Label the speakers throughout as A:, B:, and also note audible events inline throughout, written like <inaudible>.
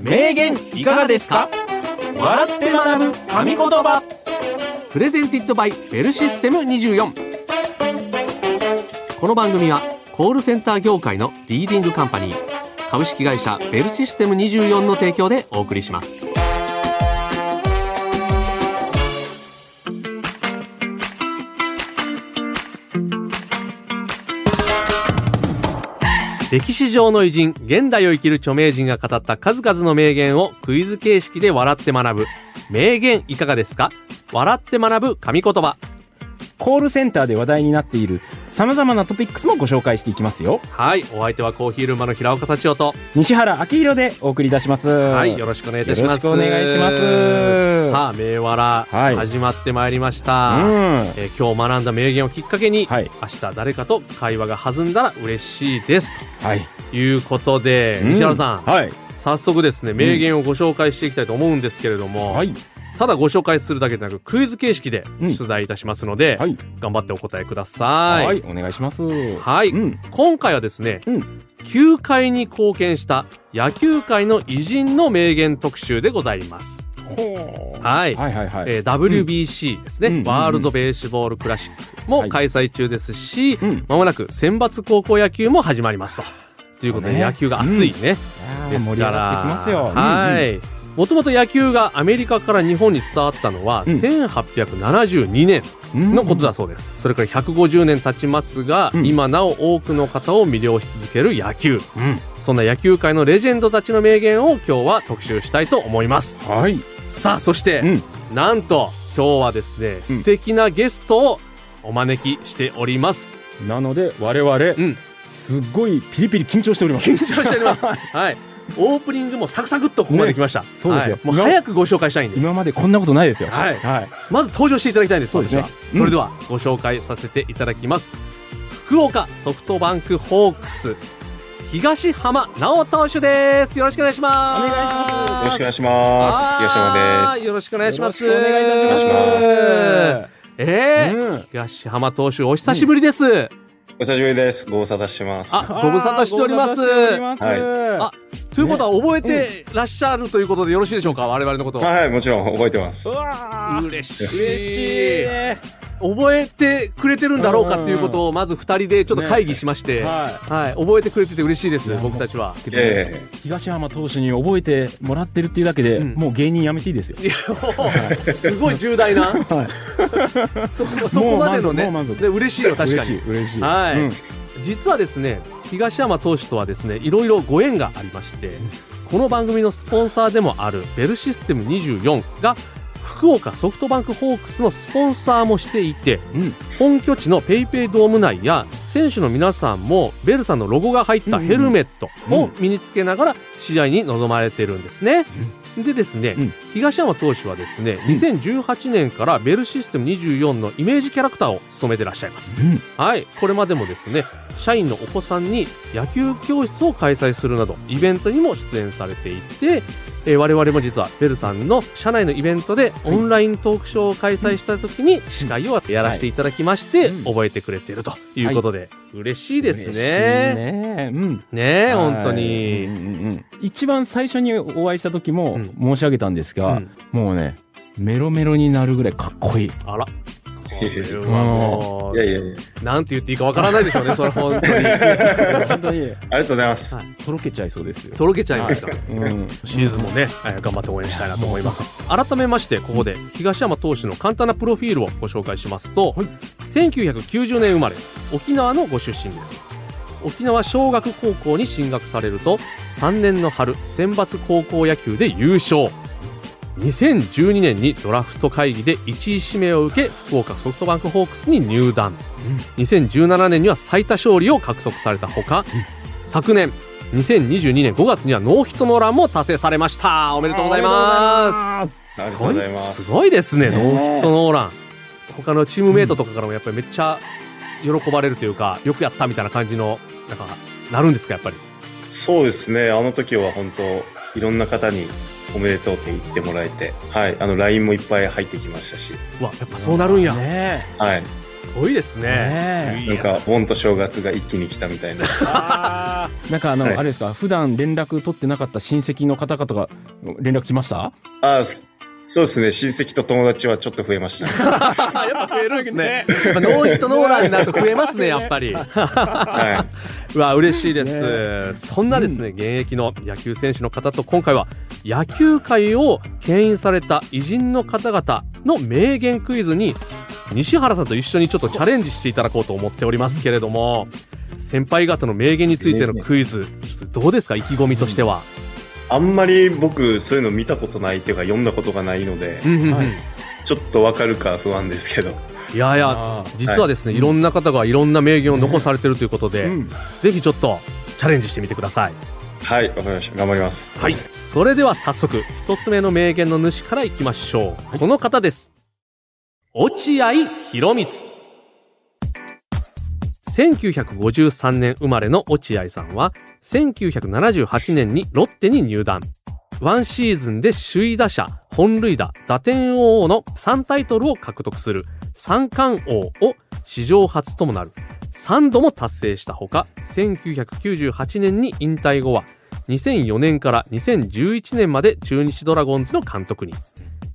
A: 名言いかがですか笑って学ぶ神言葉
B: プレゼンティッドバイベルシステム24この番組はコールセンター業界のリーディングカンパニー株式会社ベルシステム24の提供でお送りします歴史上の偉人、現代を生きる著名人が語った数々の名言をクイズ形式で笑って学ぶ。名言いかがですか笑って学ぶ神言葉。
C: コールセンターで話題になっている様々なトピックスもご紹介していきますよ
B: はい、お相手はコーヒールーマの平岡幸男と、
C: 西原明宏でお送りいたします
B: はい、よろしくお願いいたします。
C: よろしくお願いします
B: さあ、名笑、
C: はい
B: 始まってまいりました。
C: うん
B: えー今日学んだ名言をきっかけに、
C: はい
B: 明日誰かと会話が弾んだら嬉しいです。
C: はい
B: ということで、
C: うん
B: 西原さん、
C: はい
B: 早速ですね、名言をご紹介していきたいと思うんですけれども、
C: はい
B: ただご紹介するだけでなく、クイズ形式で
C: うん
B: 出題いたしますので、
C: はい
B: 頑張ってお答えください。
C: はいお願いします
B: はい
C: うん
B: 今回はですね、
C: うん
B: 球界に貢献した野球界の偉人の名言特集でございます。はい。
C: はいはいはい
B: えー WBC ですね、
C: うん
B: ワールド・ベースボール・クラシック
C: は
B: も
C: い
B: 開催中ですし、
C: うん
B: まもなく選抜高校野球も始まりますと。ということで、
C: そうね
B: 野球が熱いね。
C: い
B: で
C: やー
B: す
C: 盛り
B: か
C: 上がってきますよ
B: ら、はい。もともと野球がアメリカから日本に伝わったのは、
C: うん
B: 1872年のことだそうです。それから150年経ちますが、
C: うん
B: 今なお多くの方を魅了し続ける野球。
C: うんうん
B: そんな野球界のレジェンドたちの名言を今日は特集したいと思います。
C: はい
B: さあ、そして、
C: うん
B: なんと今日はですね、
C: うん
B: 素敵なゲストをお招きしております。
C: なので我々
B: うん、
C: すっごいピリピリ緊張しております
B: 緊張しております。はい。オープニングもサクサクっとここまで来ました。
C: そうですよ
B: はいもう早くご紹介したいんで。
C: <laughs> 今までこんなことないですよ
B: はい
C: はい
B: まず登場していただきたいんです。
C: そうですね
B: 私は
C: うん
B: それではご紹介させていただきます。福岡ソフトバンクホークス東浜直投手です。よろしくお願いします。
C: お願いします
D: よろしくお願いします。東山
B: す。よ
D: です。
B: ろしくお願いします。
C: よろしくお願いいたします
B: えー
C: うん
B: 東浜投手お久しぶりです。
D: お久しぶりです。ご無沙汰してます。
B: あご無沙汰しております
C: ご無沙汰しております
B: あ
D: は
B: ということは覚えてらっしゃるということでよろしいでしょうか、我々のことを。
D: はいはい、もちろん覚えてます
C: う。わー
B: 嬉しい
C: 嬉しい
B: 覚えてくれてるんだろうかっていうことをまず2人でちょっと会議しまして、
C: は
B: はい、覚えてくれてて嬉しいです
C: いや
B: 僕たちは。
C: い
D: え
C: 東浜投手に覚えてもらってるっていうだけで、
B: うん
C: もう芸人やめていいですよ。
B: いやもうすごい重大な
C: はい、
B: そそこまでのね
C: もう満足もう満足
B: で嬉しいよ確
C: 嬉
B: か
C: し
B: に
C: い、嬉しい。
B: はい
C: うん
B: 実はですね東山投手とはですねいろいろご縁がありましてこの番組のスポンサーでもあるベルシステム24が福岡ソフトバンクホークスのスポンサーもしていて
C: うん、
B: 本拠地のペイペイドーム内や選手の皆さんもベルさんのロゴが入ったヘルメットを身につけながら試合に臨まれてるんですね。でですね、
C: うん
B: 東山投手はですね、2018年からベルシステム24のイメージキャラクターを務めてらっしゃいます。
C: うん、
B: はい、これまでもですね、社員のお子さんに野球教室を開催するなど、イベントにも出演されていて、えー我々も実はベルさんの社内のイベントでオンライントークショーを開催した時に司会をやらせていただきまして、
C: うん
B: 覚えてくれているということで、嬉しいです
C: 嬉しい
B: ね。
C: ねうん。
B: ねえ、
C: はい
B: 本当
C: う
B: に。
C: んうんうん一番最初にお会いした時も
B: うん
C: 申し上げたんです
B: う
C: が、
B: ん
C: もうね、メロメロになるぐらいかっこい
B: <laughs>
C: い。
B: あら。これはも
D: えいうや、いやいや、
B: なんて言っていいかわからないでしょうね、それ本当に。
C: 本当に、
D: ありがとうございます。
B: はい
C: とろけちゃいそうですよ。
B: とろけちゃいました。
C: うん、
B: シーズンもね、えー頑張って応援したいなと思います。改めまして、ここで東山投手の簡単なプロフィールをご紹介しますと、
C: はい。
B: 1990年生まれ、沖縄のご出身です。沖縄小学高校に進学されると、3年の春、選抜高校野球で優勝。2012年にドラフト会議で1位指名を受け、福岡ソフトバンクホークスに入団。2017年には最多勝利を獲得されたほか、昨年2022年5月にはノーヒットノーランも達成されましたおめでとうございますす
D: ありがと
B: ご
D: うご
B: い
D: ざいます
B: すごいですね
C: ね
B: ノ
C: え
B: ーヒットノーラン他のチームメイトとかからもやっぱりめっちゃ喜ばれるというか、よくやったみたいな感じのなんかなるんですかやっぱり
D: そうですね、あの時は本当、いろんな方におめでとうって言ってもらえて、はい、あの、LINE もいっぱい入ってきましたし、
B: うわやっぱそうなるんや、
C: ね
D: はい、
B: すごいですね。
C: ね
D: なんか、盆と正月が一気に来たみたいな。
B: あ
C: えなんかあの、
D: はい
C: あれですか、普段連絡取ってなかった親戚の方々が連絡来ました
D: <laughs> ああ、そそうですね。親戚と友達はちょっと増えました、ね。
B: あ、やっぱ増えるんですね。やっぱノーヒットノーランになると増えますね、やっぱり。
D: は
B: うわ、嬉しいです。
C: ね
B: そんなですね、現役の野球選手の方と今回は、野球界を牽引された偉人の方々の名言クイズに、西原さんと一緒にちょっとチャレンジしていただこうと思っておりますけれども、先輩方の名言についてのクイズ、ちょっとどうですか、意気込みとしては。
D: い。あんまり僕、そういうの見たことないっていうか、読んだことがないので、
B: うんうんうん
C: はい
D: ちょっとわかるか不安ですけど。
B: いやいや、
C: あー
B: 実はですね、
C: はい
B: い、ろんな方がいろんな名言を残されてるということで、
C: うん。
B: ぜひちょっとチャレンジしてみてください。
D: はい、わかりました。頑張ります。
B: はい、それでは早速一つ目の名言の主からいきましょう、この方です落合博満1953年生まれの落合さんは1978年にロッテに入団ワンシーズンで首位打者本塁打打点王の3タイトルを獲得する三冠王を史上初ともなる3度も達成したほか1998年に引退後は2004年から2011年まで中日ドラゴンズの監督に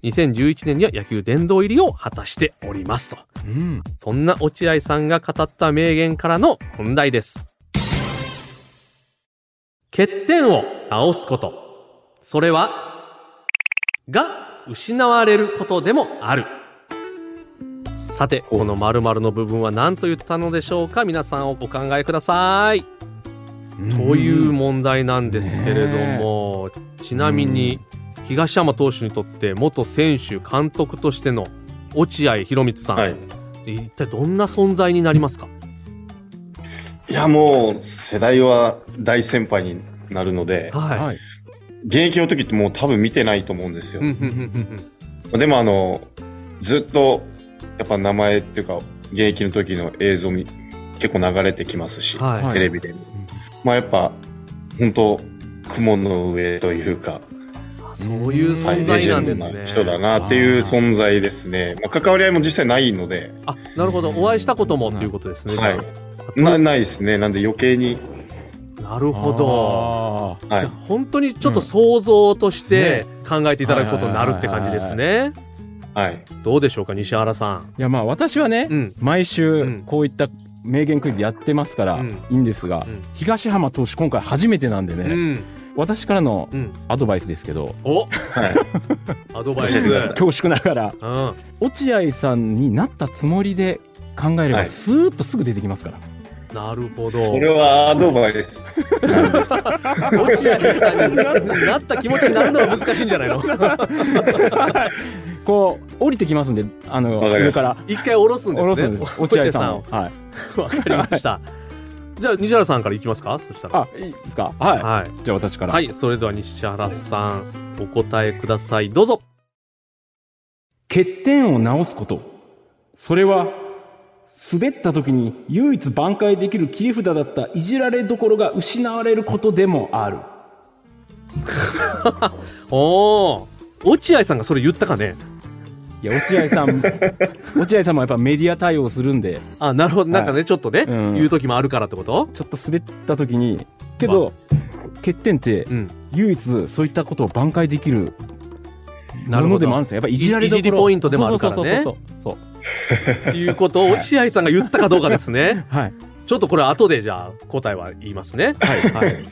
B: 2011年には野球殿堂入りを果たしておりますと
C: うん。
B: そんな落合さんが語った名言からの本題です欠点を直すことそれはが失われることでもあるさてこの〇〇の部分は何と言ったのでしょうか皆さんお考えくださいという問題なんですけれども、ちなみに東山投手にとって元選手監督としての落合博満さん、
D: はい。
B: 一体どんな存在になりますか
D: いや、もう、世代は大先輩になるので、
B: はい、
C: はい。
D: 現役の時ってもう多分見てないと思うんですよ
B: うん。うんうん
D: でもあの、ずっと、やっぱ名前っていうか、現役の時の映像み結構流れてきますし、
B: うんはい、
C: はい
D: テレビでも。まあやっぱ、本当雲の上というか、
B: あそういう存在なんです
D: はいレ
B: ね
D: ジェンドな人だなっていう存在ですね。まあ関わり合いも実際ないので、
B: あなるほどお会いしたこともっていうことですね、
D: はい
B: じゃあ
D: なないですね。なんで余計に、
B: なるほど
C: ど。
D: は
B: じゃ
D: い
B: あ。本当にちょっと想像として考えていただくことになるって感じですね
D: はい。
B: どうでしょうか西原さん
C: いやまあ私はね、
B: うん
C: 毎
B: う
C: 週
B: ん
C: こういった名言クイズやってますから
B: うん
C: いいんですが、
B: うん
C: 東浜投手今回初めてなんでね、
B: うん
C: 私からの
B: うん
C: アドバイスですけど
B: お
D: はい。
B: アドバイス
D: 教えてくだ <laughs> さい
C: 恐縮ながら
B: うん
C: 落合さんになったつもりで考えれ
D: は
C: ば
D: い
C: スーッとすぐ出てきますから、
B: なるほど
D: それはアドバイスなんですけど
B: <laughs> 落合さんにななった気持ちになるのが難しいんじゃないの
C: こう降りてきますんであの
D: わかり
C: 上
D: ました
C: から
B: 一回下ろすんですね
C: 下ろすんです落合さんをはい
B: わかりました。じゃあ西原さんからいきますか。そしたら。
C: あいいですかはい、
B: は
C: じゃあ私か
B: い。
C: ら、
B: はい。それでは西原さんお答えください。どうぞ。
C: 欠点を直すことそれは滑った時に唯一挽回できる切り札だったいじられどころが失われることでもある
B: おお。落合さんがそれ言ったかね。
C: いや落合さ
B: <laughs>
C: ん落合さんもやっぱメディア対応するんで
B: あ、なるほど。なんかね、
C: は
B: ちょっとね、
C: うん
B: 言う時もあるからってこと。
C: ちょっと滑った時にけど、欠点って
B: うん。
C: 唯一そういったことを挽回できる
B: な
C: も
B: るほど
C: のでもあるんですよやっぱいじられど
B: い
C: ころ
B: じりポイントでもあるからね
C: そうそうそうそうそ
B: っ
C: う
B: ていうことを落合さんが言ったかどうかですね。
C: そうはい
B: ちょっとこれ後でじゃあ答えは言いますね。はい。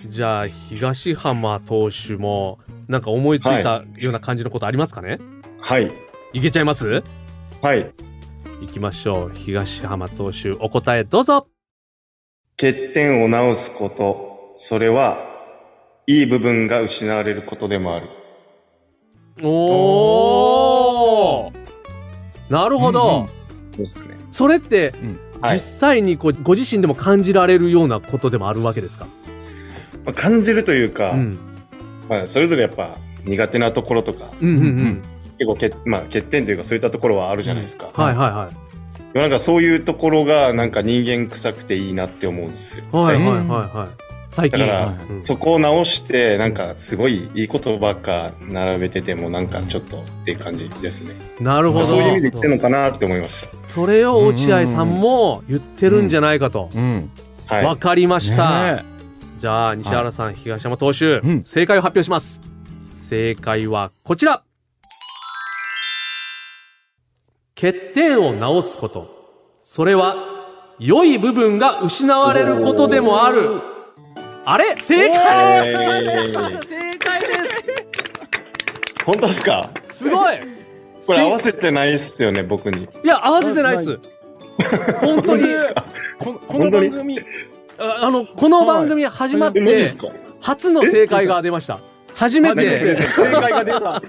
B: じゃあ東浜投手もなんか思いついたような感じのことありますかね。
D: はい。
B: い、けちゃいます？
D: はい。
B: いきましょう。東浜投手、お答えどうぞ。
D: 欠点を直すこと、それは、いい部分が失われることでもある。
B: おお。なるほど。
C: うんうん
D: そうですかね。
B: それって、
D: は
B: 実
D: い。
B: 際にこうご自身でも感じられるようなことでもあるわけですか。
D: まあ、感じるというか、
B: うん。
D: まあ、それぞれやっぱ苦手なところとか、
B: うんうんう
C: うんん。
D: 結構け、まあ、欠点というかそういったところはあるじゃないですか。
B: はいはいはい。
D: でもなんかそういうところがなんか人間臭くていいなって思うんですよ。
B: はい
D: 最
B: はい
D: 近
B: はいは最近
D: だから
B: はいうん
D: そこを直して、なんかすごいいいことばっか並べてても、なんかちょっとっていう感じですね。
B: なるほど
D: そういう意味で言ってるのかなって思いまし
B: それを落合さんも言ってるんじゃないかと、
C: うん。
D: た。はい。
B: わかりました、
C: ね
B: じゃあ西原さん、東山投手、
C: うん
B: 正解を発表します正解はこちら欠点を直すことそれは良い部分が失われることでもあるあれ正解
D: えー
B: 正解で
D: 本当ですか
B: すすごい
D: これ合わせてないっすよね、僕に。
B: いや合わせてないっす本当に
C: えここの
D: 本当
C: 番
D: に
C: 組、
B: ああのこの番組始まっ
D: え、マジで
B: て
D: すか
B: 初の正解が出ました初め
D: 初め
B: て
D: て
C: 正解が出た。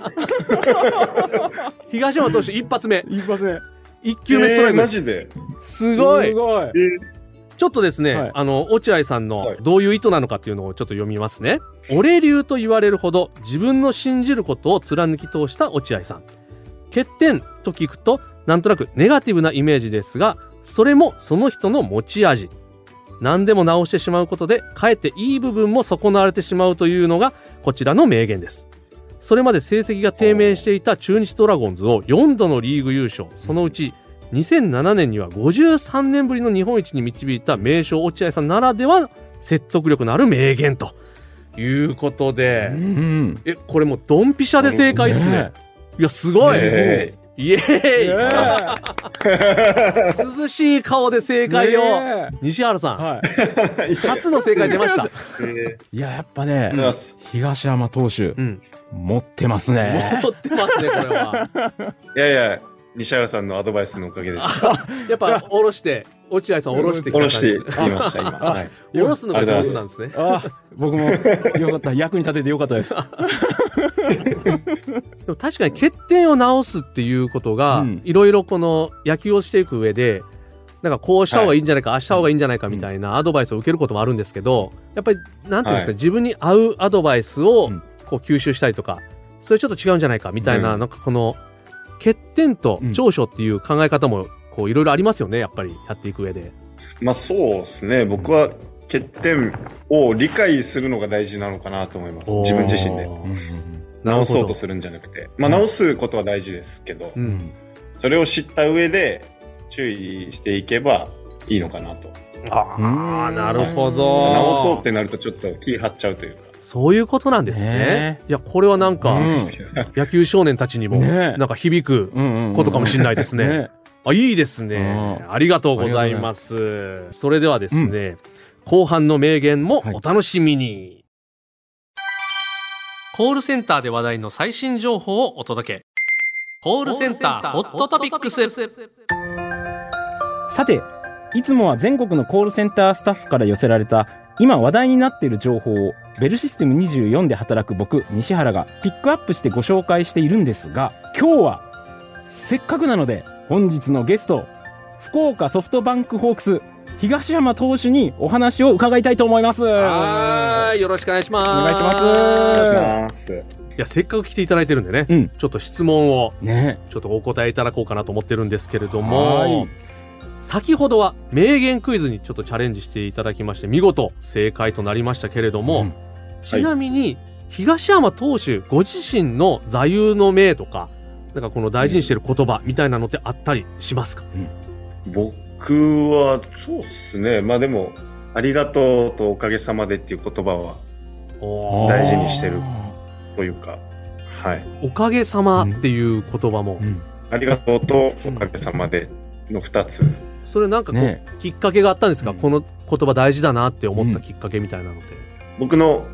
B: 東山投手一発目
C: 言いません。
B: 1球目ストライ
D: えー
B: ク
D: マ
B: です
D: ジで。
B: すごい
C: すごい
D: え。ー
B: ちょっとですね、
C: はい
B: あの落合さん
D: は
B: の
D: い
B: どういう意図なのかっていうのをちょっと読みますね、俺流と言われるほど自分の信じることを貫き通した落合さん欠点と聞くとなんとなくネガティブなイメージですがそれもその人の持ち味何でも直してしまうことでかえっていい部分も損なわれてしまうというのがこちらの名言ですそれまで成績が低迷していた中日ドラゴンズを4度のリーグ優勝そのうち2007年には53年ぶりの日本一に導いた名将落合さんならではの説得力のある名言ということで、
C: うん。
B: えこれもうドンピシャで正解ですね
C: ね
B: いやすごい、
D: え
B: イエ
C: え
B: ーイ、
C: ね
B: 涼しい顔で正
C: え
B: 解を、
C: ね
B: 西原さ
C: え
B: ん、
C: は
D: ーいや
B: 初の正解出ました、
D: えー
C: い。いや、やっぱ
D: ありがとうござい
C: ね、
D: ます
C: 東山投手、
B: うん、
C: 持ってますね。
B: 持ってますねこれはい
D: やいや、西原さんのアドバイスのおかげです。
B: やっぱ下ろして落合さん下ろしてきた感
D: 下ろ
B: じ
D: して言いました、今。はい。
B: 下ろすのが上手なんですね
C: あ僕もよかった役に立ててよかったです。
B: でも確かに欠点を直すっていうことが
C: うん
B: いろいろこの野球をしていく上でなんかこうした方がいいんじゃないか、ああした方がいいんじゃないかみたいなアドバイスを受けることもあるんですけどやっぱりなんていうんですか、
D: はい
B: 自分に合うアドバイスを
C: うん
B: こう吸収したりとかそれちょっと違うんじゃないかみたいな、
D: うん
B: なんかこの欠点と長所っていう考え方もこういろいろありますよねやっぱりやっていく上で。
D: まあそうですね、僕は欠点を理解するのが大事なのかなと思います。自分自身
B: な
D: で。
B: るほ
D: 直
B: ど
D: そうとするんじゃなくて。まあ直すことは大事ですけど
B: う、ん、
D: それを知った上で注意していけばいいのかなと。
B: ああ
C: うん
B: なるほど
D: 直そうってなるとちょっと気張っちゃうというか。
B: そういうことなんですね。
C: ね
B: いやこれはなんか、
C: うん
B: 野球少年たちにも
C: ねえ
B: なんか響くことかもしれないですね。あいいですね、
C: う
B: ありがとうございます。それではですね、後半の名言もお楽しみに、コールセンターで話題の最新情報をお届け。コールセンターホットトピックス。
C: さて、いつもは全国のコールセンタースタッフから寄せられた今話題になっている情報をベルシステム24で働く僕西原がピックアップしてご紹介しているんですが今日はせっかくなので本日のゲスト福岡ソフトバンクホークス東山投手にお話を伺いたいと思います。
B: はい、よろしくお願いします。
C: お願いします
D: お願い
B: い
D: します。
B: や、せっかく来ていただいてるんでね、
C: うん
B: ちょっと質問を
C: ね
B: ちょっとお答えいただこうかなと思ってるんですけれど
C: は
B: も
C: い、
B: 先ほどは名言クイズにちょっとチャレンジしていただきまして、見事正解となりましたけれども、
C: うん
B: ちなみに、東山投手ご自身の座右の銘とか、なんかこの大事にしてる言葉みたいなのってあったりしますか、
D: 僕は、そうですね。まあでも、ありがとうとおかげさまでっていう言葉は、
B: おー
D: 大事にしてるというか、はい。
B: おかげさまっていう言葉も、
C: うん
D: ありがとうとおかげさまでの2つ。
B: それなんかこう、
C: ね
B: きっかけがあったんですか、
C: うん
B: この言葉大事だなって思ったきっかけみたいなのって。
D: 僕の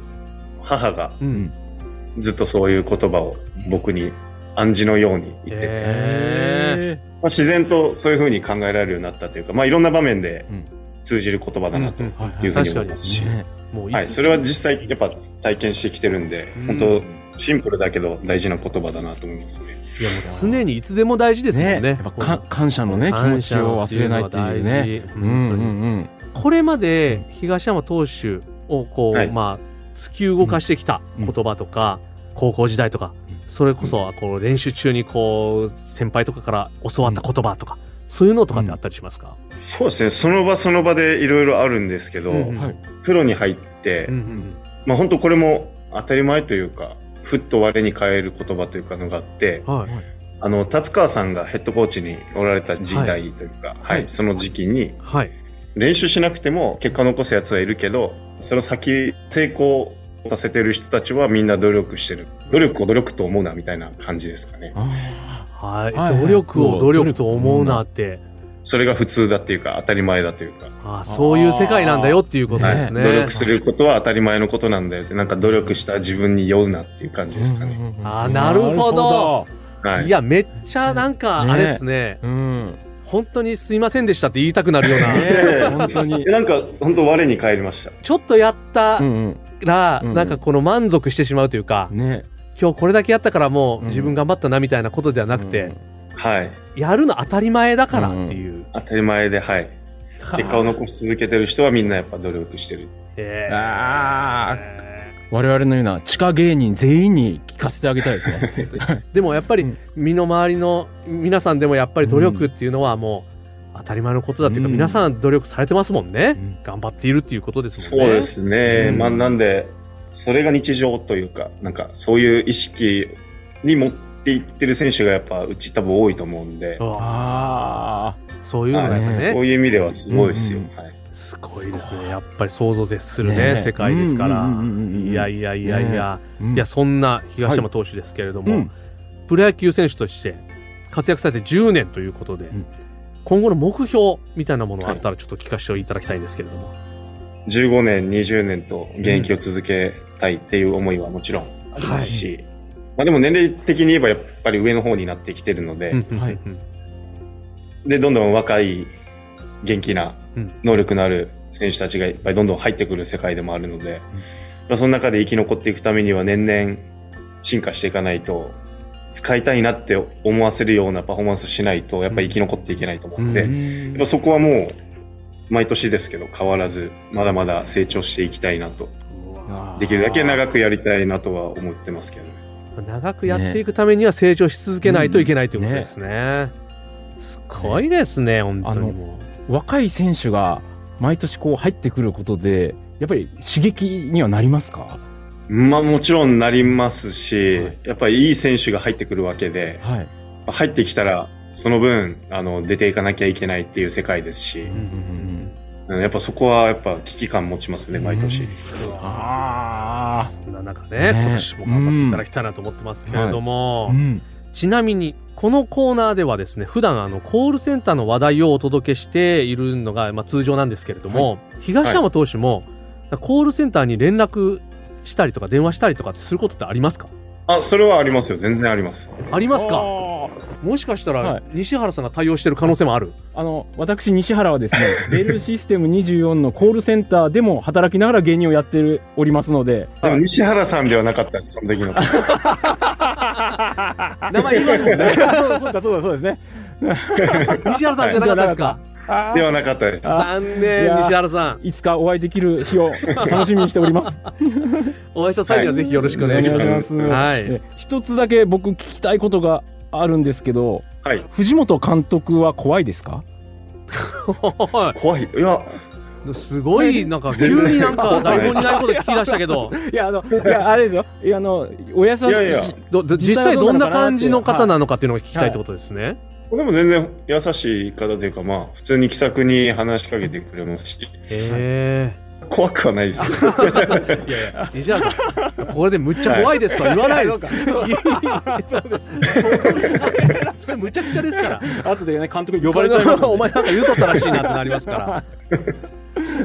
D: 母が
B: うん。
D: ずっとそういう言葉を僕に暗示のように言ってて、
B: え
D: まあ、自然とそういうふうに考えられるようになったというか、まあ、いろんな場面で
C: うん
D: 通じる言葉だなと
B: うん
C: はい
D: いうふう
B: 確
D: に
B: か
D: 思い
B: に
D: ますし、
C: ね
B: ーもういつ
D: はい、それは実際やっぱ体験してきてるんで、
B: うん
D: 本当シンプルだけど大事な言葉だなと思いますね。
B: いやもう常にいつでも大事ですもんね。
C: ねやっぱか感謝のね気持
B: 感
C: ち
B: 謝
C: を忘れないっていうね。
B: っていううの
C: ん
B: は大事
C: うんうん。
B: これまで東山投手をこう、
D: はい
B: まあ突き動かしてきた言葉とか、高校時代とか、それこそこう練習中にこう先輩とかから教わった言葉とか、そういうのとかってあったりしますか、
D: そうですね、その場その場でいろいろあるんですけど、
B: うん
C: はい。
D: プロに入って、
B: うんうん
D: まあ本当これも当たり前というか、ふっと我に返る言葉というかのがあって、
B: うんはい。
D: あの、達川さんがヘッドコーチにおられた時代というか、は
C: は
D: い、
C: い
D: その時期に、
B: はい。
D: 練習しなくても結果残すやつはいるけど、その先、成功させてる人たちはみんな努力してる。努力を努力と思うな、みたいな感じですかね。
B: はい。
C: はいはい
B: 努力を努力と思うなって、
D: それが普通だっていうか、当たり前だというか。
B: あそういう世界なんだよっていうこと
D: はい
B: ですね。
D: 努力することは当たり前のことなんだよってなんか努力した自分に酔うなっていう感じですかね。
B: あーなるほど。
D: はい
B: い。や、めっちゃなんか、
C: ね
B: あれですね。
C: うん。
B: 本当にすいませんでしたって言いたくなるような。
D: え
C: 本当に
D: え。なんか、本当我に返りました。
B: ちょっとやった
C: うん
B: ら、
C: うんうん
B: なんかこの満足してしまうというか
C: う、ん。ね。
B: 今日これだけやったからもう
C: うん
B: 自分頑張ったなみたいなことではなくて、
D: はい。
B: やるの当たり前だからっていう。
D: 当たり前で、はい。結果を残し続けてる人はみんなやっぱ努力してる。
B: え
C: うん。
B: ー
C: ああ。我々のような地下芸人全員に聞かせてあげたいですね。
B: でもやっぱ
C: う
B: り
C: ん
B: 身の回りの皆さんでもやっぱり努力っていうのはもう当たり前のことだっていうか
C: うん
B: 皆さん努力されてますもんね
C: うん
B: 頑張っているっていうことです
D: そ
B: もん
D: う
B: ね
D: ですね。
C: うん
D: まあ、なんで、それが日常というか、なんかそういう意識に持っていってる選手がやっぱうち多分多いと思うんで、
B: うわ
C: あ
B: そういうのがやっぱ
C: あ
B: ね
D: そういう意味ではすごいですよ。
C: うん
D: はい。
B: すごいですねやっぱり想像絶す
C: あ。
B: るね世界ですからい
C: い
B: やいやいやいやいやそんな東山投手ですけれど
C: う
B: も
C: ん。
B: プロ野球選手として活躍されて10年ということで
C: ん
B: 今後の目標みたいなものがあったらちょっと聞かせていただきたいんですけれども
D: 15年、20年と現役を続けたいっていう思いはもちろんありますし、まあ、でも年齢的に言えばやっぱり上の方になってきてるので、
B: うんうんうん
C: はい
D: で、どんどん若い、元気な
B: うん、
D: 能力のある選手たちがいっぱいどんどん入ってくる世界でもあるので、まあ、その中で生き残っていくためには年々進化していかないと、使いたいなって思わせるようなパフォーマンスしないと、やっぱり生き残っていけないと思うんで、
B: う
D: やっぱそこはもう、毎年ですけど変わらず、まだまだ成長していきたいなとできるだけ長くやりたいなとは思ってますけどね。
B: 長くやっていくためには成長し続けないといけないということですね。すごいですね、本当にも
C: 若い選手が毎年こう入ってくることでやっぱり刺激にはなりますか
D: まあもちろんなりますし、
C: はい
D: やっぱりいい選手が入ってくるわけで、
C: はい、
D: 入ってきたら、その分、あの、出ていかなきゃいけないっていう世界ですし、うんやっぱそこはやっぱ危機感持ちますね、毎年。
B: う。
C: あ
B: そんな中ね、
C: ね
B: 今年も頑張っていただきたいなと思ってますけれど
C: あ、
B: も、
C: ん、
B: ちなみに、このコーナーではですね、普段あの、コールセンターの話題をお届けしているのが、まあ、通常なんですけれども、東山投手も、コールセンターに連絡したりとか、電話したりとかってすることってありますか
D: あ、それはありますよ。全然あります。
B: あります
C: あ
B: かもしかした
C: は
B: ら
C: い、
B: 西原さんが対応してる可能性もある、
C: あの私西原はですね <laughs> ベルシステム24のコールセンターでも働きながら芸人をやってるおりますので
D: でも西原さんではなかったです、その時の。
B: 名前言いますもんね。
C: そうそうかそうだそうですね
B: <laughs> 西原さんじゃなかったですか。
C: あ
D: で
C: ー
D: はなかったです。
B: 残念、
C: いやー
B: 西原さん。
C: <laughs> いつかお会いできる日を楽しみにしております
B: お会いした際にはぜひよろしくお願いしま
D: は
B: す。
D: いお願いし
C: ます
B: はい
C: <laughs> え。一つだけ僕聞きたいことがあるんですけど
D: はい。
C: 藤本監督は怖いですか
D: 怖い。いや、
B: すごい、なんか、急になんか、台本にないこと聞き出したけど、
C: いやあのいやあれですよいやあのお優し
D: いや
C: <laughs>
D: いや
B: どど実際どんな感じの方なのかっていうのを聞きたいってことですね。
D: でも全然優しい方というか、まあ、普通に気さくに話しかけてくれますし、
B: へ
D: 怖くはないですよ。
B: え。いやいや、西原さん、これでむっちゃ怖いですとは言わないです。いやそうですそれむちゃくちゃですから。
C: 後でね監督に
B: 呼ばれちゃい
C: <laughs>
B: ます、 <laughs> お前なんか言うとったらしいなってなりますから。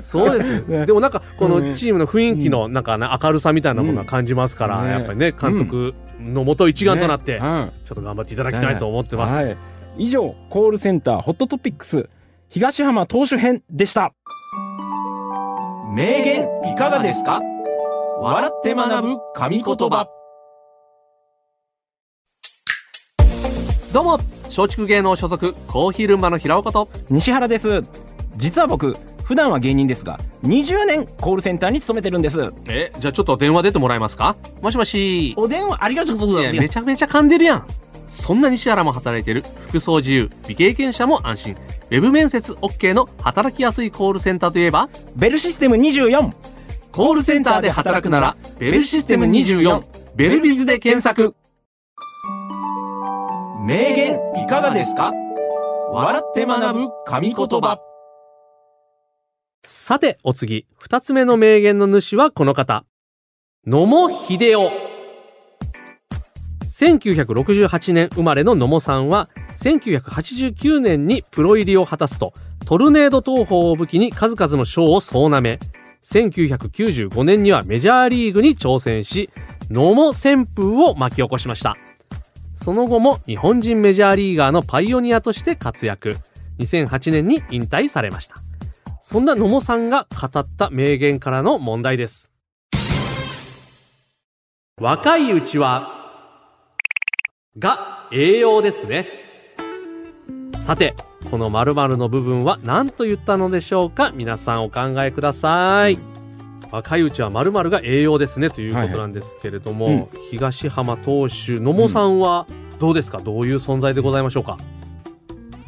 B: そうですよ。
C: ね
B: でもなんか、こ
C: うん
B: のチームの雰囲気の、なんかね、明るさみたいなものは感じますから、
C: うんね
B: やっぱりね、監督のもと一丸となって、ち
C: ねう
B: ょ
C: ん
B: っと頑張っていただきたいと思ってます。
C: はい、以上コールセンターホットトピックス東浜投手編でした
A: 名言いかがですか笑って学ぶ神言葉
B: どうも、松竹芸能所属、コーヒールンバの平岡と、
C: 西原です実は僕普段は芸人ですが20年コールセンターに勤めてるんです
B: え、じゃあちょっと電話出てもらえますかもしもし。
C: お電話ありがとうご
B: い
C: ざ
B: や
C: い
B: めちゃめちゃ噛んでるやん。そんな西原も働いている服装自由、未経験者も安心、ウェブ面接 OK の働きやすいコールセンターといえば、
A: ベルシステム24
B: コールセンターで働くなら、ベルシステム24、ベルビズで検索。
A: 名言いかがですか笑って学ぶ神言葉
B: さて、お次、二つ目の名言の主はこの方。野茂秀夫。1968年生まれの野茂さんは、1989年にプロ入りを果たすと、トルネード投法を武器に数々の賞を総なめ。1995年にはメジャーリーグに挑戦し、野茂旋風を巻き起こしました。その後も日本人メジャーリーガーのパイオニアとして活躍。2008年に引退されました。そんな野茂さんが語った名言からの問題です。若いうちは、が栄養ですね。さて、この〇〇の部分は何と言ったのでしょうか皆さんお考えください。若いうちは〇〇が栄養ですねということなんですけれども、
C: はいはい
B: 東浜投手、野茂さんはどうですか、どういう存在でございましょうか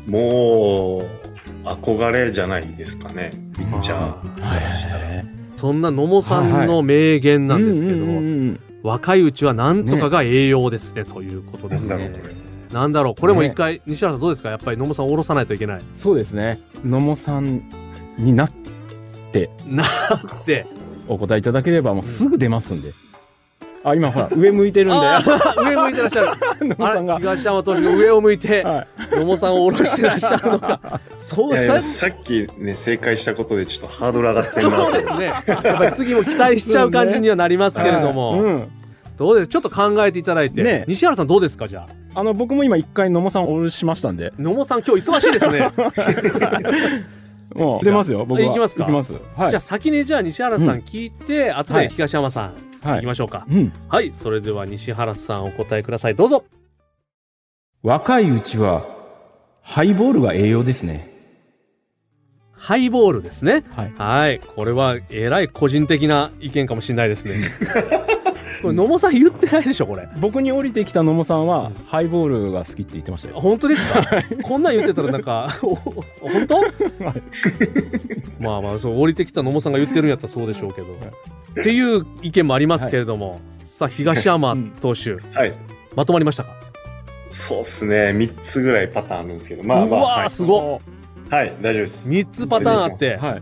D: もう、憧れじゃないですかね。ピッチャーからしたら。
B: そんな野茂さんの名言なんですけど、若いうちはなんとかが栄養ですねということです
D: なんだ
B: ね
D: ろうこれ。
B: なんだろうこれも一回、西原さんどうですかやっぱり野茂さんを下ろさないといけない
C: そうですね野茂さんになって
B: で
C: お答えいただければもうすぐ出ますんであ今ほら上向いてるんで
B: あー <laughs> 上向いてらっしゃる
C: <laughs> 野茂
B: あ
C: さん
B: れ
C: が
B: 東山投手が上を向いて
C: はい
B: 野茂さんを下ろしてらっしゃるの
C: <laughs>
B: かそ
D: いうやいや
B: さ
D: さっきね、正解したことでちょっとハードル上がってる
B: <laughs> そう
D: な
B: ですねやっぱり次も期待しちゃう感じにはなりますけれども、
C: はいうん
B: どうですちょっと考えていただいて、
C: ね
B: 西原さんどうですかじゃあ
C: あの僕も今一回野茂さんおろしましたんで
B: 野茂さん今日忙しいですね
C: もう出ますよ僕は
B: 行きますか
C: 行きますはい
B: じゃあ先にじゃあ西原さん聞いて、後
C: は
B: で
C: い
B: 東山さん、
C: はい
B: 行きましょうか
C: うん
B: はいそれでは西原さんお答えくださいどうぞ
C: 若いうちはハイボールが栄養ですね
B: ハイボールですね。
C: はい
B: これは、えらい個人的な意見かもしれないですね。
D: <laughs>
B: これ、野茂さん言ってないでしょ、これ。
C: 僕に降りてきた野茂さんはハイボールが好きって言ってましたよ
B: 本当ですかこんなん言ってたらなんか、おお本当まあまあ、そう、降りてきた野茂さんが言ってるんやったらそうでしょうけど。っていう意見もありますけれども、さあ、東山投手、
D: はい。
B: まとまりましたか
D: そうっすね。3つぐらいパターンあるんですけど。まあ
B: う
D: まあ。
B: わー、
D: はい
B: すご
D: はい、大丈夫です。
B: !3 つパターンあって、
C: はい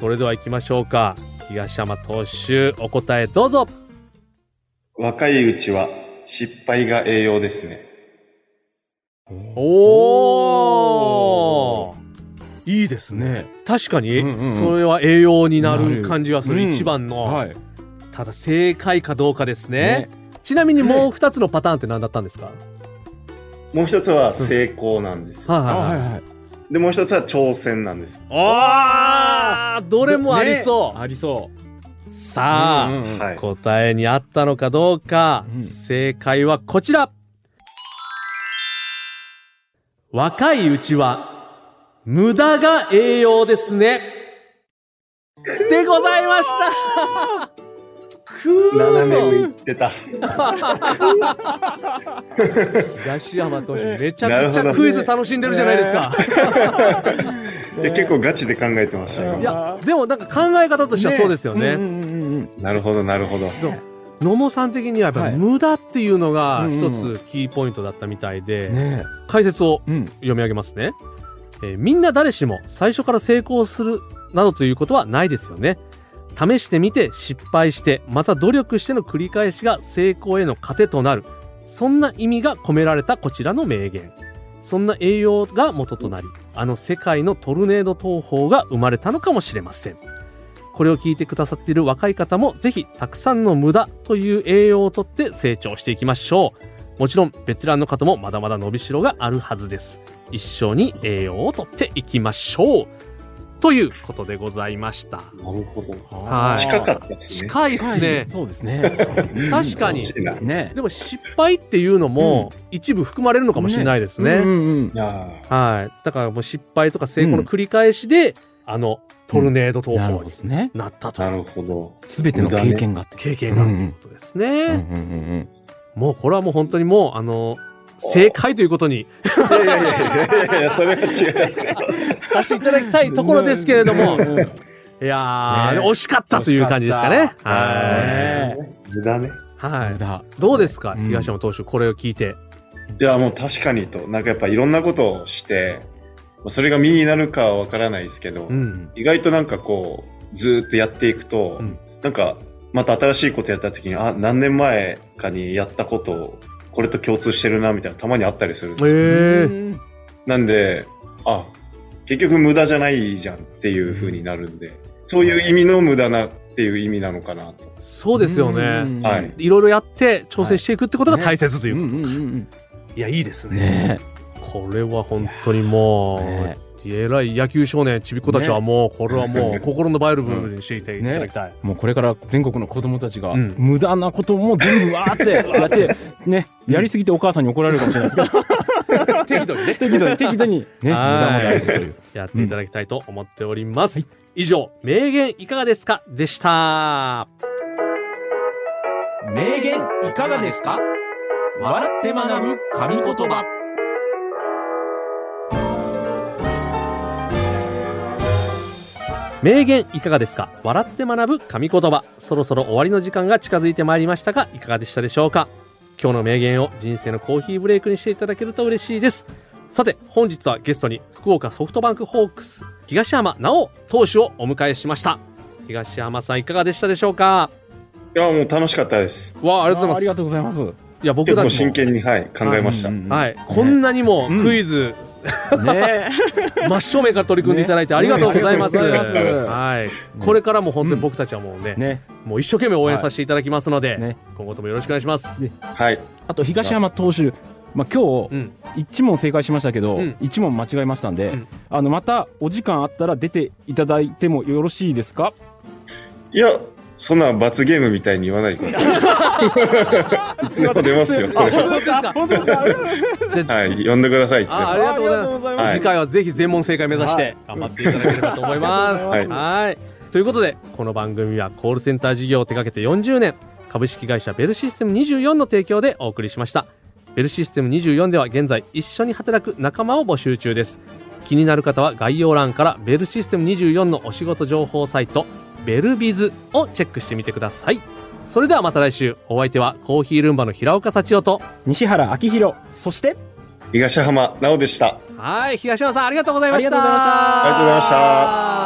B: それでは行きましょうか。東山投手、お答えどうぞ
D: 若いうちは失敗が栄養ですね。
B: おおいいですね
C: ね
B: 確かに、
C: うんうんうん
B: それは栄養になる感じはする
C: なる
B: 一番の、
C: はい
B: ただ正解かどうかですね
C: ね
B: ちなみにもう二つのパターンって何だったんですか、
D: もう一つは成功なんですよ。
B: はい
C: あ
B: はいは
C: は
B: いい
C: はい
D: で、もう一つは挑戦なんです。
B: あーどれもありそう、
C: ねありそう
B: さあ、
C: うんうんうん
D: はい。
B: 答えに合ったのかどうか、
C: うん
B: 正解はこちら若いうちは無駄が栄養ですねでございました
C: <laughs>
B: く
D: 斜め上
B: ー
D: 行ってた。
B: 東山投手めちゃくちゃクイズ楽しんでるじゃないですか、
D: いや結構ガチで考えてました
B: い
D: よ。
B: やでもなんか考え方としてはそうですよね
C: うんうんうんうん
D: なるほど、なるほど。
B: 野茂さん的にはやっぱ
C: はい
B: り無駄っていうのが一
C: うんうん
B: つキーポイントだったみたいで、
C: ね
B: 解説を
C: うん
B: 読み上げますね、えーみんな誰しも最初から成功するなどということはないですよね試してみて失敗してまた努力しての繰り返しが成功への糧となるそんな意味が込められたこちらの名言そんな栄養が元となりあの世界のトルネード投法が生まれたのかもしれませんこれを聞いてくださっている若い方もぜひたくさんの無駄という栄養をとって成長していきましょうもちろんベテランの方もまだまだ伸びしろがあるはずです一緒に栄養をとっていきましょうということでございました
D: なるほど。
B: はい
D: 近かったですね。
B: 近いですね
C: そうですね
B: 確かに
D: 惜しいな。い
C: ね
B: でも失敗っていうのも一部含まれるのかもしれないですね
C: うんうんうん
D: や
B: はいだからもう失敗とか成功の繰り返しで、あのトルネード投
C: なる
B: 法
C: ほど
B: に
C: ですね
B: なった
D: ー
B: とい
D: な
B: う
D: るほど。
C: すべての経験があって
B: 経験があるということですね、
C: うんうんうんうん
B: もうこれはもう本当にもうあの正解ということに
D: いやいやいやいやいや、それは違いますよ。
B: させていただきたいところですけれど <laughs> も、
C: うん
B: いやー、
C: ね
B: 惜しかったという感じですか
C: 惜
B: ね
C: し。
B: は
C: ね
D: 無駄ね。
B: い。は
C: 無
B: い。
C: 駄
B: どうですか、
C: うん
B: 東山投手、これを聞いて。
D: いや、もう確かにと、なんかやっぱいろんなことをして、まあそれが身になるかはわからないですけど、
B: うん。
D: 意外となんかこう、ずーっとやっていくと、
B: うん
D: なんか、また新しいことやった時に、あ、何年前かにやったことを、これと共通してるな、みたいな、たまにあったりするんですよ。
B: えー。
D: なんで、あ、結局無駄じゃないじゃんっていう風になるんで、そういう意味の無駄なっていう意味なのかなと。
B: そうですよね。
D: は。
C: うん
D: い
B: いろいろやって調整していくってことが大切というう。
C: んうんうん
B: いや、いいです
C: うん。
B: ね。
C: ね
B: これは本当にもう、
C: ね
B: えらい野球少年、ちびっ子たちはもう、これはも <laughs> う、心のバイルブルにしてい
C: ね
B: ただきたい。
C: もうこれから全国の子供たちが、
B: うん
C: 無駄なことも全部わー <laughs> ってやって、ね、やりすぎてお母さんに怒られるかもしれないですけど、
B: 適度にね、
C: 適度に適度 <laughs> に、ね、無駄も大事という。
B: <laughs> やっていただきたいと思っております。以上、名言いかがですかでした。
A: 名言いかがですか笑って学ぶ神言葉
B: 名言いかがですか笑って学ぶ神言葉そろそろ終わりの時間が近づいてまいりましたがいかがでしたでしょうか今日の名言を人生のコーヒーブレイクにしていただけると嬉しいですさて本日はゲストに福岡ソフトバンクホークス東山直投手をお迎えしました東山さんいかがでしたでしょうか
D: いや、もう楽しかったです。
B: わあありがとうござ
C: あり
B: いま
C: が
B: す
C: とうございます。
B: いや僕
D: 結
B: た
D: 構
B: ちも
D: 真剣に、はい、考えました。
C: うんうんうん
B: はい、こんなにも
C: ね
B: クイズ、
C: ね
B: 真正面から取り組んでいただいてありがとうございます。
C: ねありがとうございます
B: はい、これからも本当に僕たちはもうね、
C: ね。
B: もう一生懸命応援させていただきますので、
C: ね
B: 今後ともよろしくお願いします。
D: はい。
C: あと東山投手、まあ、今日
B: うん、
C: 一問正解しましたけど、
B: うん
C: 一問間違えましたんで、
B: うん
C: あのまたお時間あったら出ていただいてもよろしいですか
D: いや、そんな罰ゲームみたいに言わないでくださ
B: <laughs>
D: い。いつでも出ますよ、それは。
B: 当ですか。
C: 本当ですか
D: はい、呼んでください、いつでも。
B: あありがとうございます。
C: ざい
D: はい
B: 次回はぜひ全問正解目指して頑張っていただければと思います。
D: はい
B: はい。ということで、この番組はコールセンター事業を手掛けて40年、株式会社ベルシステム24の提供でお送りしました。ベルシステム24では現在一緒に働く仲間を募集中です。気になる方は概要欄からベルシステム24のお仕事情報サイト、ベルビズをチェックしてみてください。それではまた来週、お相手はコーヒールンバの平岡幸男と、
C: 西原明宏そして
D: 東浜直でした。
B: はい、東山さんありがとうございました。。
C: ありがとうございました
D: ありがとうございました